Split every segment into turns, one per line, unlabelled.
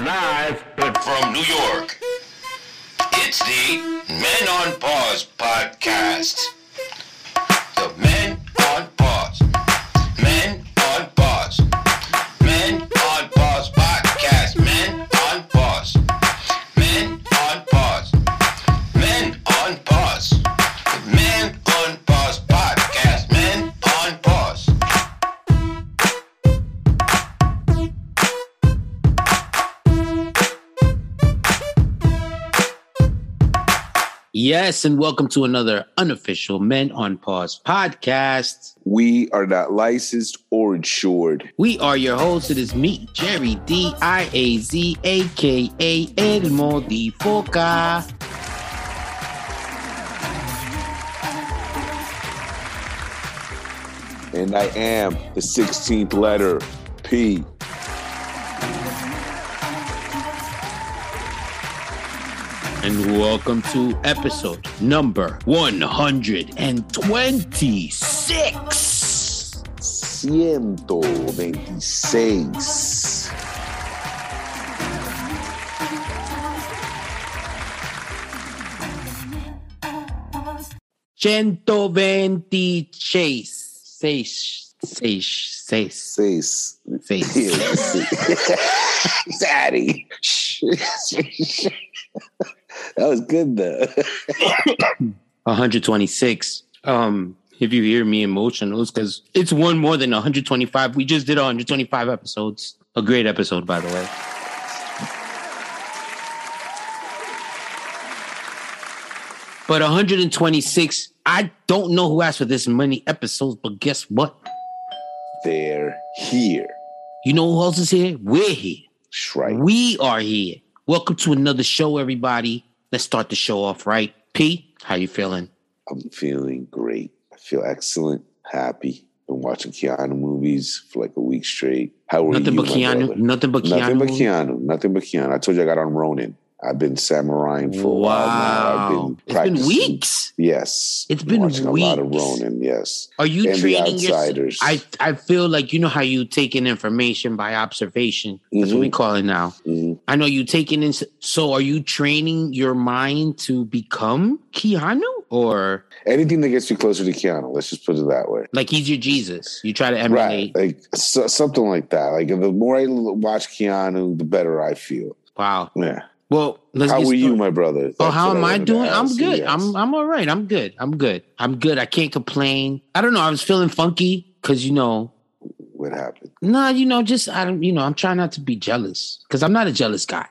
live
from New York. It's the Men on Pause podcast. The Men on Pause. Men on Pause. Men on Pause podcast. Men on Pause. Men on Pause. Men on Pause. The Men on Pause podcast. Men on Pause.
Yes, and welcome to another unofficial Men on Pause podcast.
We are not licensed or insured.
We are your hosts. It is me, Jerry D I A Z, aka Elmo Di Foca.
And I am the 16th letter P.
And welcome to episode number 126.
126.
Cento venti chase. Seis, seis, seis,
Sis. Yeah,
seis.
sis. Daddy. that was good though.
126. Um, if you hear me emotional, it's because it's one more than 125. We just did 125 episodes. A great episode, by the way. But 126, I don't know who asked for this many episodes, but guess what?
They're here.
You know who else is here? We're here.
That's right.
We are here. Welcome to another show, everybody. Let's start the show off right. P, how you feeling?
I'm feeling great. I feel excellent, happy. Been watching Keanu movies for like a week straight. How are
Nothing
you?
but
my
Keanu.
brother?
Nothing but Keanu.
Nothing but
movies?
Keanu. Nothing but Keanu. I told you I got on Ronin. I've been samuraiing for a while now. I've been
it's been
practicing.
weeks.
Yes.
It's been
watching a lot of
weeks.
Ronin. Yes.
Are you
And the
training
Outsiders.
yourself? I I feel like you know how you take in information by observation. That's what we
Mhm.
call it now.
Mhm.
I know you taking in. So are you training your mind to become Keanu or
Anything that gets you closer to Keanu. Let's just put it that way.
like he's your Jesus? You try to
Right.
emulate.
Like so, something like that. Like the more I l- watch Keanu, the better I feel.
Wow.
Yeah.
Well, let's
how
get
are you,
started.
my brother?
Oh,
That's
how
what
am I
wanted to
doing? I'm
ask.
good.
Yes.
I'm I'm all right. I'm good. I'm good. I'm good. I can't complain. I don't know. I was feeling funky because you know
What happened?
Nah, you know, just I don't, you know, I'm trying not to be jealous because I'm not a jealous guy.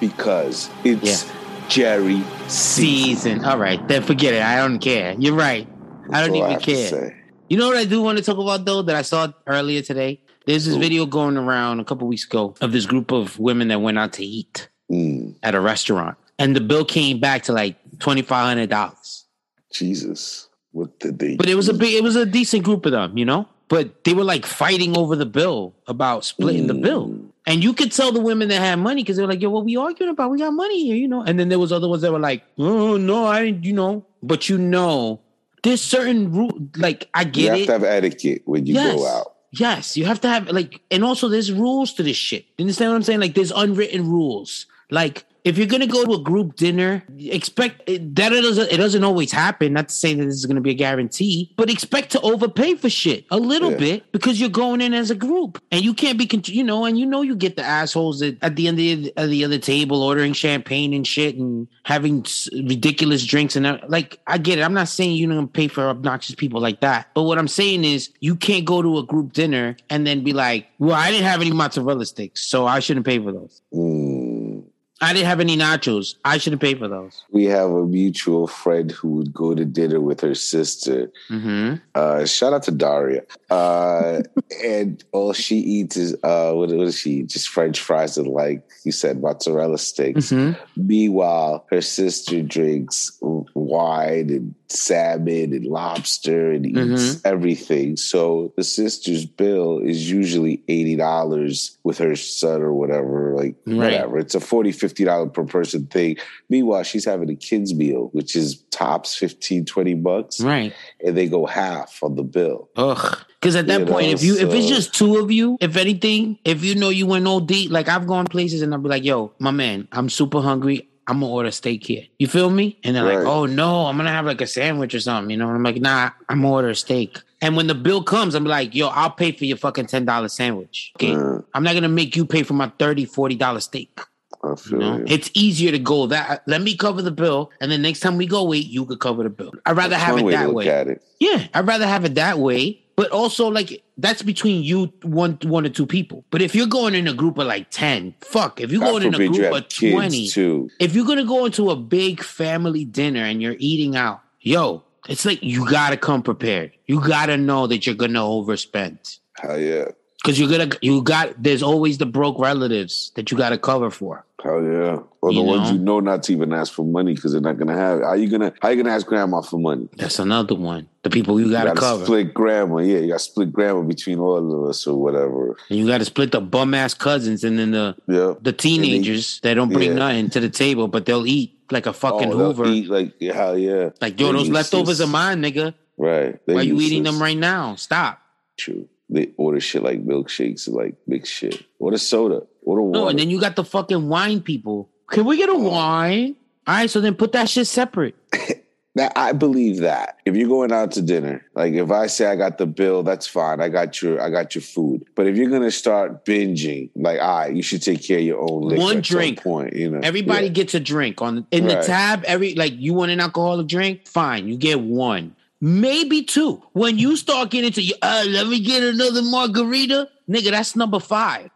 Because it's Jerry C.
Season. All right, then forget it. I don't care. You're right. I
That's
don't
all
even
have to
care.
say.
You know what I do want to talk about though that I saw earlier today. There's this
Ooh.
video going around a couple weeks ago of this group of women that went out to eat
Mm,
at a restaurant, and the bill came back to like twenty five hundred dollars.
Jesus. What did they
But it was a
do?
big, it was a decent group of them, you know. But they were like fighting over the bill about splitting the bill.
Mm.
And you could tell the women that had money because they were like, yo, what we arguing about? We got money here, you know. And then there was other ones that were like, oh no, I didn't, you know. But you know, there's certain rule like I
You
get
have
it.
to have etiquette when you
Yes.
go out.
yes, you have to have like, and also there's rules to this shit. You understand what I'm saying? Like there's unwritten rules. Like if you're gonna go to a group dinner, expect that it doesn't it doesn't always happen. Not to say that this is gonna be a guarantee, but expect to overpay for shit a little
Yeah.
bit because you're going in as a group, and you can't be con- you know, and you know you get the assholes that at the end of the, of the other table ordering champagne and shit and having s- ridiculous drinks and that- like I get it. I'm not saying you don't pay for obnoxious people like that, but what I'm saying is you can't go to a group dinner and then be like, well, I didn't have any mozzarella sticks, so I shouldn't pay for those.
Mm.
I didn't have any nachos. I shouldn't pay for those.
We have a mutual friend who would go to dinner with her sister.
Mm-hmm.
Uh, shout out to Daria. Uh, and all she eats is uh, what, what does she eat? Just French fries and like you said, mozzarella sticks.
Mm-hmm.
Meanwhile, her sister drinks wide and salmon and lobster and
Mm-hmm.
eats everything. So the sister's bill is usually $80 with her son or whatever, like
Right.
whatever. It's a $40, $50 per person thing. Meanwhile, she's having a kid's meal, which is tops 15, 20 bucks,
Right.
and they go half on the bill.
Ugh. Because at that
You
point,
know,
if you if it's
so-
just two of you, if anything, if you know you went OD, like I've gone places and I'll be like, yo, my man, I'm super hungry. I'm gonna order steak here. You feel me? And they're like,
Right.
oh no, I'm gonna have like a sandwich or something, you know? And I'm like, nah, I'm gonna order a steak. And when the bill comes, I'm like, yo, I'll pay for your fucking $10 sandwich. Okay.
Uh,
I'm not gonna make you pay for my $30, $40 steak.
I
You
feel
know?
you.
It's easier to go that let me cover the bill, and then next time we go eat, you could cover the bill. I'd rather
That's
have
one
it
way to
that
look
way.
at it.
Yeah, I'd rather have it that way. But also, like that's between you one one or two people. But if you're going in a group of like ten, fuck. If you're going
God
in a
forbid you
group
have
of
kids
twenty,
too.
if you're gonna go into a big family dinner and you're eating out, yo, it's like you gotta come prepared. You gotta know that you're gonna overspend
Hell yeah.
because you're gonna you got. There's always the broke relatives that you gotta cover for.
Hell yeah. Or the
You
ones
know?
you know not to even ask for money because they're not gonna have it. How you gonna how you gonna ask grandma for money?
That's another one. The people you gotta,
you gotta
cover.
split grandma, yeah. You gotta split grandma between all of us or whatever.
And you gotta split the bum ass cousins and then the
Yeah.
the teenagers they, don't bring
Yeah.
nothing to the table, but they'll eat like a fucking
Oh, they'll
Hoover.
Eat like yeah, hell yeah.
Like yo,
They're
those leftovers
useless.
are mine, nigga.
Right. They're
Why you eating
useless.
them right now? Stop.
True. They order shit like milkshakes and like mixed shit. Order soda. Order water. Oh.
No, and then you got the fucking wine people. Can we get a wine? All right, so then put that shit separate.
That I believe that if you're going out to dinner, like if I say I got the bill, that's fine. I got your I got your food. But if you're gonna start binging, like I, you should take care of your own liquor
One
at some
drink.
point. You know,
Everybody
Yeah.
gets a drink on in the
Right.
tab. Every like you want an alcoholic drink, fine, you get one, maybe two. When you start getting to, uh, let me get another margarita, nigga. That's number five.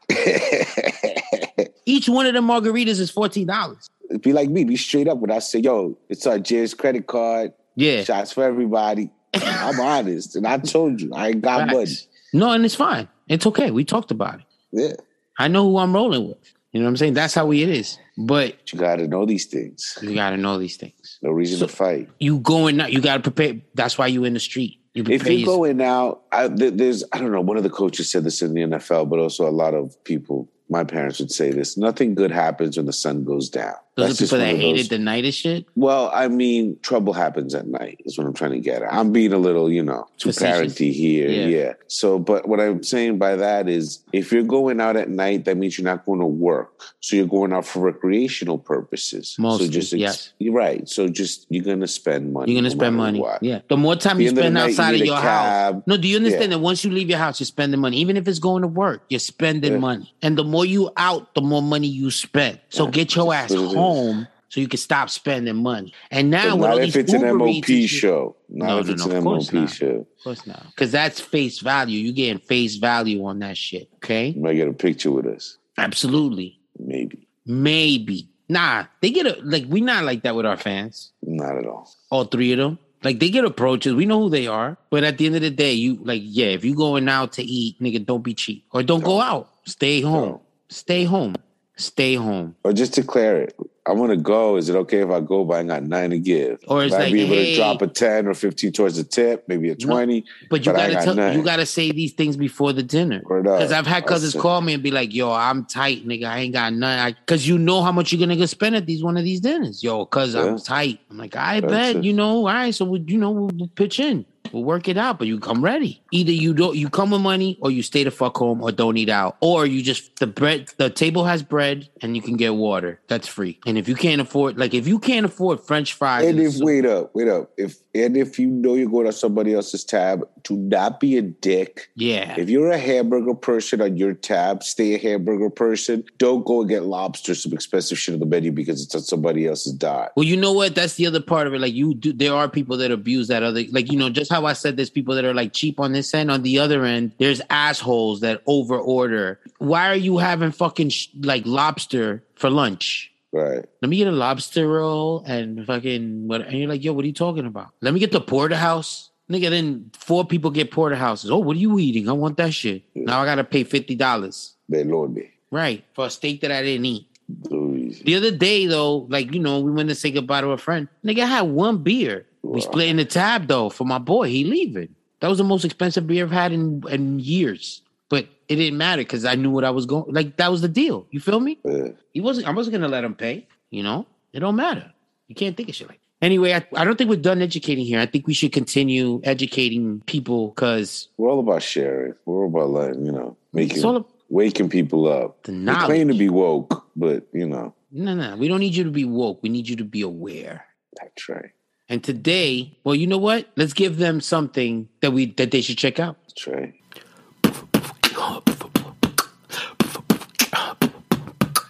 Each one of them margaritas is fourteen dollars.
be like me. Be straight up when I say, "Yo, it's our J's credit card.
Yeah,
Shots for everybody." I'm honest, and I told you I ain't got
Facts.
money.
No, and it's fine. It's okay. We talked about it.
Yeah,
I know who I'm rolling with. You know what I'm saying? That's how it is. But
you gotta know these things.
you gotta know these things.
No reason
So-
to fight.
You going out, you gotta prepare. That's why you in the street. You prepare
if you're
yourself.
going out, I, th- there's I don't know. One of the coaches said this in the NFL, but also a lot of people. My parents would say this: nothing good happens when the sun goes down.
those are people
one
that
of
hated
those-
the night and shit.
Well, I mean, trouble happens at night. Is what I'm trying to get. at. I'm being a little, you know, too
Facetious.
parenty here.
Yeah.
Yeah. So, but what I'm saying by that is, if you're going out at night, that means you're not going to work. So you're going out for recreational purposes.
Mostly,
so just
yes.
You're right. So just you're going to spend money.
You're gonna
no
spend
matter
money.
what.
Yeah. The more time
The
you
end of the
spend
night, you
outside of
need a
your house.
cab.
No, do you understand
Yeah.
that once you leave your house, you're spending money. Even if it's going to work, you're spending
Yeah.
money. And the more you out, the more money you spend. So
Yeah,
get your ass
that's what it is.
home so you can stop spending money. And now
But
with all
not
these
if it's an
Uber
MOP
Eats and shit-
show. Not
No,
if
no,
it's
no, of
an
course
MOP
not.
show.
Of course not. Because that's face value. you getting face value on that shit. Okay.
You might get a picture with us,
Absolutely.
maybe.
Maybe. Nah, they get a like we not like that with our fans.
Not at all.
All three of them. Like they get approaches. We know who they are. But at the end of the day, you like, yeah, if you going out to eat, nigga, don't be cheap. Or don't go out. Stay home.
No.
Stay home. Stay home.
Or just declare it. I'm gonna go. Is it okay if I go? But I got nine to give.
Or it's
Would I
like,
be able
hey-
to drop a ten or fifteen towards the tip, maybe a twenty.
But you
But I
gotta
got
tell
nothing.
you gotta say these things before the dinner.
Word up.
Because I've had cousins
That's it.
call me and be like, "Yo, I'm tight, nigga. I ain't got nothing." Because you know how much you're gonna go spend at these one of these dinners, yo. Because
Yeah.
I'm tight. I'm like, I
That's
bet
it.
you know. All right, so we, you know, we'll, we'll pitch in. We'll work it out. But you come ready. Either you don't, you come with money, or you stay the fuck home, or don't eat out, or you just the bread. The table has bread, and you can get water. That's free. And if you can't afford, like, if you can't afford French fries,
And
and
if
so-
wait up, wait up. If and if you know you're going on somebody else's tab, do not be a dick.
yeah,
If you're a hamburger person on your tab, stay a hamburger person. Don't go and get lobster, some expensive shit on the menu because it's on somebody else's dime.
Well, you know what? That's the other part of it. Like you do, there are people that abuse that other. Like you know, just how I said, there's people that are like cheap on this end. On the other end, there's assholes that over order. Why are you having fucking sh- like lobster for lunch?
Right.
Let me get a lobster roll and fucking what? And you're like, yo, what are you talking about? Let me get the porterhouse. Nigga, then four people get porterhouses. Oh, what are you eating? I want that shit. Now I gotta pay fifty dollars,
They load me.
right, for a steak that I didn't eat.
crazy.
The other day though, like you know, we went to say goodbye to a friend. Nigga I had one beer. We
Wow.
split in the tab though for my boy. He leaving. That was the most expensive beer I've had in in years. But it didn't matter because I knew what I was going. Like that was the deal. You feel me?
Yeah.
He wasn't. I wasn't gonna let him pay. You know, it don't matter. You can't think of shit like. Anyway, I, I don't think we're done educating here. I think we should continue educating people because
We're all about sharing. We're all about letting, you know,
it's
making
all about
waking people up.
the
They claim to
knowledge.
be woke, but you know,
No, no, we don't need you to be woke. We need you to be aware.
that's right.
And today, well, you know what? Let's give them something that we that they should check out.
That's right.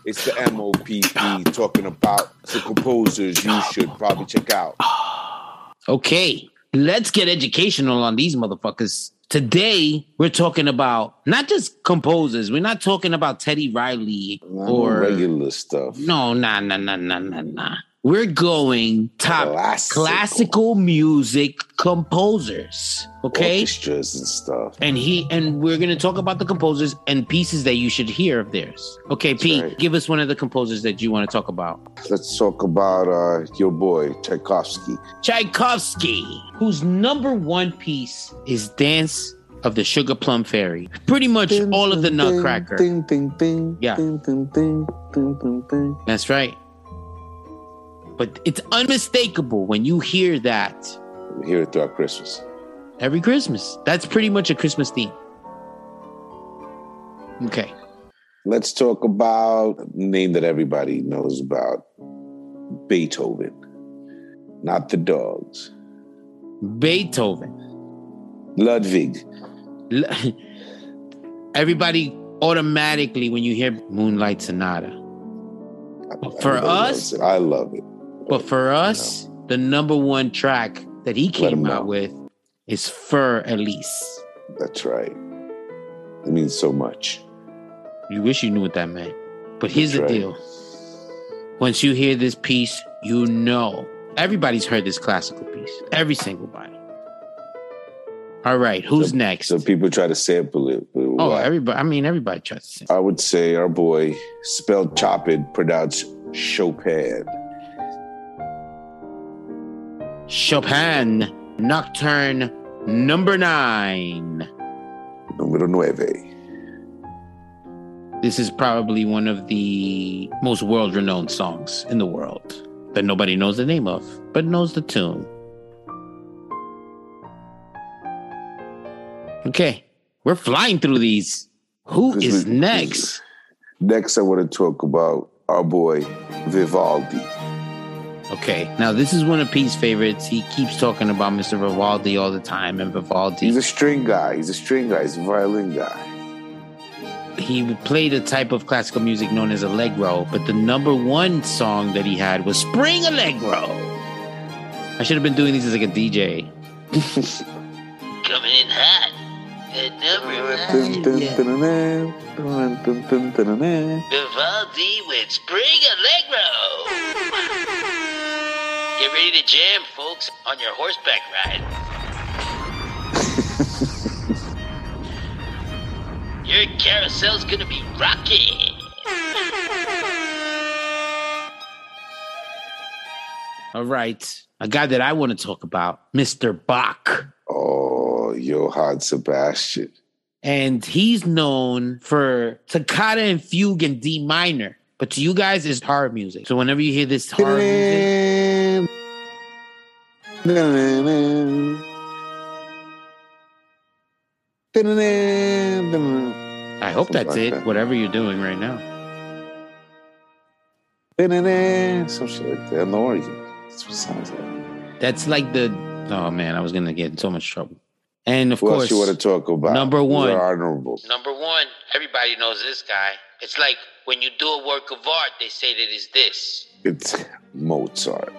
It's the MOPP talking about the composers you should probably check out.
Okay, let's get educational on these motherfuckers. Today, we're talking about not just composers. We're not talking about Teddy Riley
Or
or
regular stuff.
no, nah, nah, nah, nah, nah, nah. We're going top
Classical.
classical music composers. Okay.
Orchestras and stuff.
and he and we're going to talk about the composers and pieces that you should hear of theirs. Okay, Pete,
right.
give us one of the composers that you want to talk about.
Let's talk about uh, your boy Tchaikovsky.
Tchaikovsky, whose number one piece is Dance of the Sugar Plum Fairy. Pretty much all of the Nutcracker.
Ding, ding, ding,
Yeah.
Ding, ding, ding, ding, ding, ding.
That's right. But it's unmistakable when you hear that
We hear it throughout Christmas.
every Christmas. That's pretty much a Christmas theme. Okay.
Let's talk about a name that everybody knows about Beethoven. Not the dogs.
Beethoven.
Ludwig.
L- everybody automatically when you hear Moonlight Sonata. For
Everybody
us-
loves it. I love it.
But for us, the number one track that he came
'em
out
know.
with is Fur Elise.
That's right. It means so much.
You wish you knew what that meant. But here's
That's
the
right.
deal. Once you hear this piece, you know. Everybody's heard this classical piece. Every single body. All right, who's
So-
next?
So people try to sample it. But
oh,
why?
everybody. I mean, everybody tries to sing.
I would say our boy, spelled Chopin, pronounced Chopin.
Chopin Nocturne number nine.
Numero nueve.
This is probably one of the most world renowned songs in the world that nobody knows the name of, but knows the tune. Okay, we're flying through these. Who
This
is
is-
next?
Next, I want to talk about our boy, Vivaldi.
Okay, now this is one of Pete's favorites. He keeps talking about Mr. Vivaldi all the time, and
He's
Vivaldi.
a string guy. He's a string guy. He's a violin guy.
He would play the type of classical music known as allegro, but the number one song that he had was Spring Allegro. I should have been doing these as like a DJ. coming in hot. At number
Dun, dun, dun, dun, dun, dun, dun, dun, dun.
Vivaldi with Spring Allegro. Get ready to jam, folks, on your horseback ride. your carousel's gonna be rocking. All right, a guy that I want to talk about, Mr. Bach.
Oh, Johann Sebastian.
and he's known for Toccata and Fugue in D minor. But to you guys, it's horror music. So whenever you hear this horror music,
Dun, dun, dun. Dun, dun, dun, dun.
I hope that's
Something
it.
like that.
Whatever you're doing right now,
Dun, dun, dun. Some shit like that. On the organ. That's what it sounds like.
that's like the oh man, I was gonna get in so much trouble. And of
What
course,
else you want to talk about?
Number
Who's
one.
our honorable.
Number one, everybody knows this guy. It's like when you do a work of art, they say that it's this.
It's Mozart.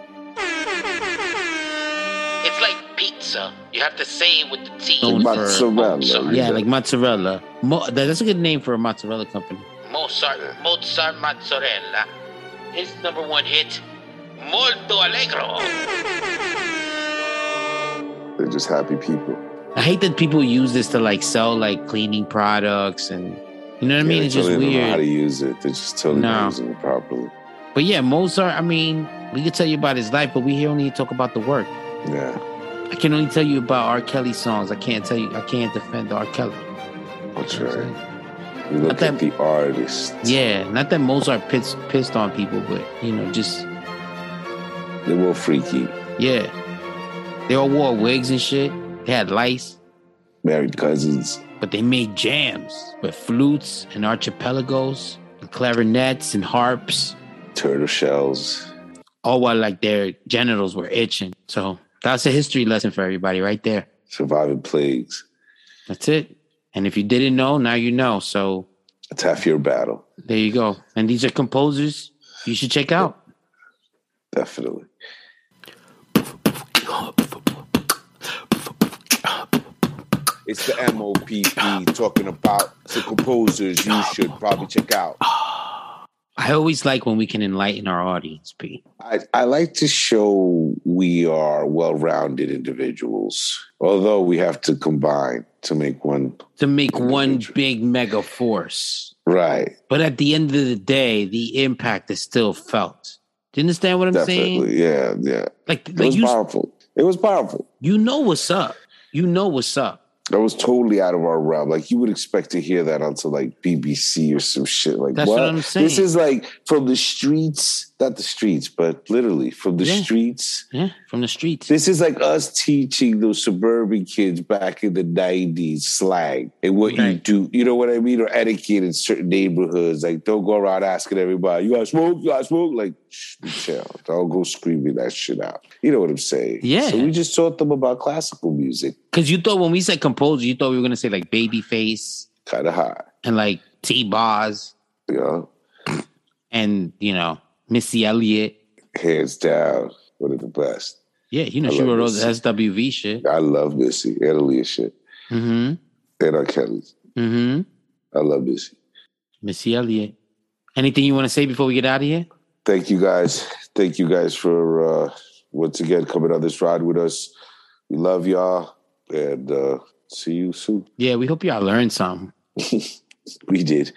It's like pizza. You have to say it with the T.
Known for-
Mozzarella.
Mozart.
yeah, like mozzarella. Mo- that- that's a good name for a mozzarella company.
Mozart, Mozart Mozzarella. His number one hit, Molto Allegro.
They're just happy people.
I hate that people use this to like sell like cleaning products and you know what I mean.
Yeah,
it's just
they totally don't know how to
weird.
use it. They're just totally
No.
not using it properly.
But yeah, Mozart, I mean, we could tell you about his life, but we here only talk about the work.
Yeah,
I can only tell you about R. Kelly songs. I can't tell you, I can't defend R. Kelly.
that's
You know what I'm
right.
saying?
You look
Okay.
at the artist.
Yeah, not that Mozart pissed, pissed on people, but you know, just
They were freaky.
yeah, they all wore wigs and shit. They had lice,
Married cousins.
but they made jams with flutes and archipelagos, and clarinets and harps,
turtle shells.
all while like their genitals were itching. So that's a history lesson for everybody right there.
surviving plagues.
That's it. And if you didn't know, now you know. So
It's half your battle,
there you go. And these are composers you should check out.
definitely. It's the MOPP talking about the composers you should probably check out.
I always like when we can enlighten our audience, P.
I, I like to show we are well rounded individuals, although we have to combine to make one
to make one
Individual.
big mega force.
right.
But at the end of the day, the impact is still felt. Do you understand what I'm saying?
Definitely. Yeah, yeah.
Like,
It
like
was
you,
powerful. It was powerful.
you know what's up. You know what's up.
That was totally out of our realm. Like you would expect to hear that onto like BBC or some shit. Like
That's what I'm saying.
This is like from the streets, not the streets, but literally from the
Yeah.
streets.
Yeah, from the streets.
This is like us teaching those suburban kids back in the '90s slang and what you
Right.
do. You know what I mean? Or etiquette in certain neighborhoods. Like don't go around asking everybody, "You got smoke? You got smoke?" Like shh, chill. Don't go screaming that shit out. You know what I'm saying?
Yeah.
So we just taught them about classical music,
Because you thought when we said composer, you thought we were gonna say like Babyface
kind of high.
and like T. Boz
You know.
and you know Missy Elliott.
hands down, one of the best.
Yeah, you know
I
she
love
wrote all the
Missy.
SWV shit.
I love Missy, Italy shit,
Mm-hmm.
and R. Kelly's.
Mm-hmm.
I love Missy.
Missy Elliott. Anything you want to say before we get out of here?
Thank you guys. Thank you guys for uh, once again coming on this ride with us. We love y'all, and uh, see you soon.
Yeah, we hope y'all learned something.
We did.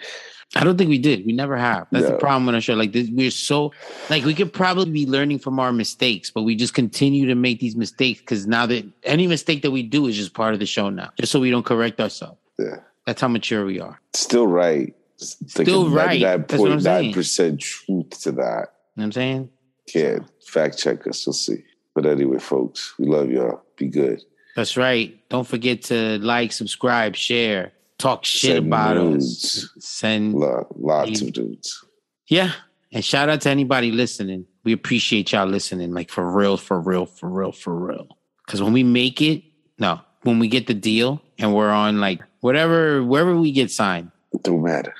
I don't think we did. We never have. That's the
No.
problem with our show. Like this, we're so like we could probably be learning from our mistakes, but we just continue to make these mistakes because now that any mistake that we do is just part of the show now, just so we don't correct ourselves.
Yeah.
That's how mature we are.
Still right. It's like
Still right. That's what I'm saying.
99.9% truth to that.
You know what I'm saying?
Can't fact check us. We'll see. But anyway, folks, we love y'all. Be good.
That's right. Don't forget to like, subscribe, share, talk shit
Send
about us.
nudes.
Send
Lo- Lots of dudes.
yeah. And shout out to anybody listening. We appreciate y'all listening. Like for real, for real, for real, for real. Cause when we make it, no, when we get the deal and we're on like whatever, wherever we get signed,
Don't matter.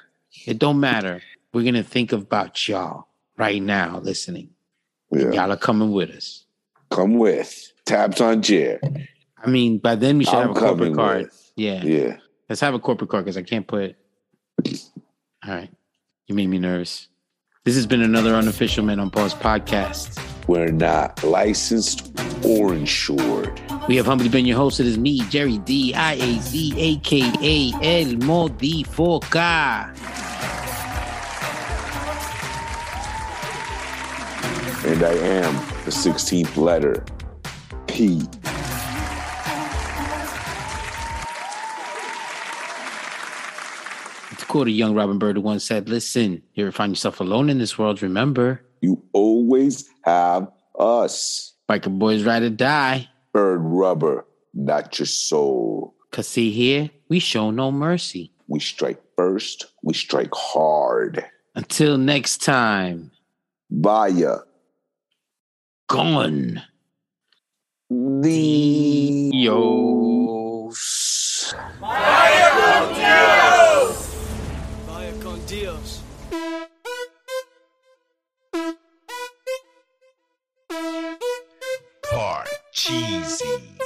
it don't matter. We're gonna think about y'all right now listening.
Yeah.
Y'all are coming with us.
Come with. Tabs on Jer.
I mean, by then we should
I'm
have a corporate
coming
card.
with.
Yeah.
Yeah.
Let's have a corporate card because I can't put all right. You made me nervous. This has been another unofficial Men on Pause podcast.
We're not licensed or insured.
We have humbly been your host. It is me, Jerry D. I A Z, aka El Modifoca.
And I am the 16th letter. P.
To quote a young Robin Bird who once said, Listen, you ever find yourself alone in this world, remember,
You always have us.
biker boys ride or die.
Bird rubber, not your soul.
Cause see here, we show no mercy.
We strike first, we strike hard.
Until next time,
Via
gone.
the.
Yos.
Vaya con Dios.
Part cheesy.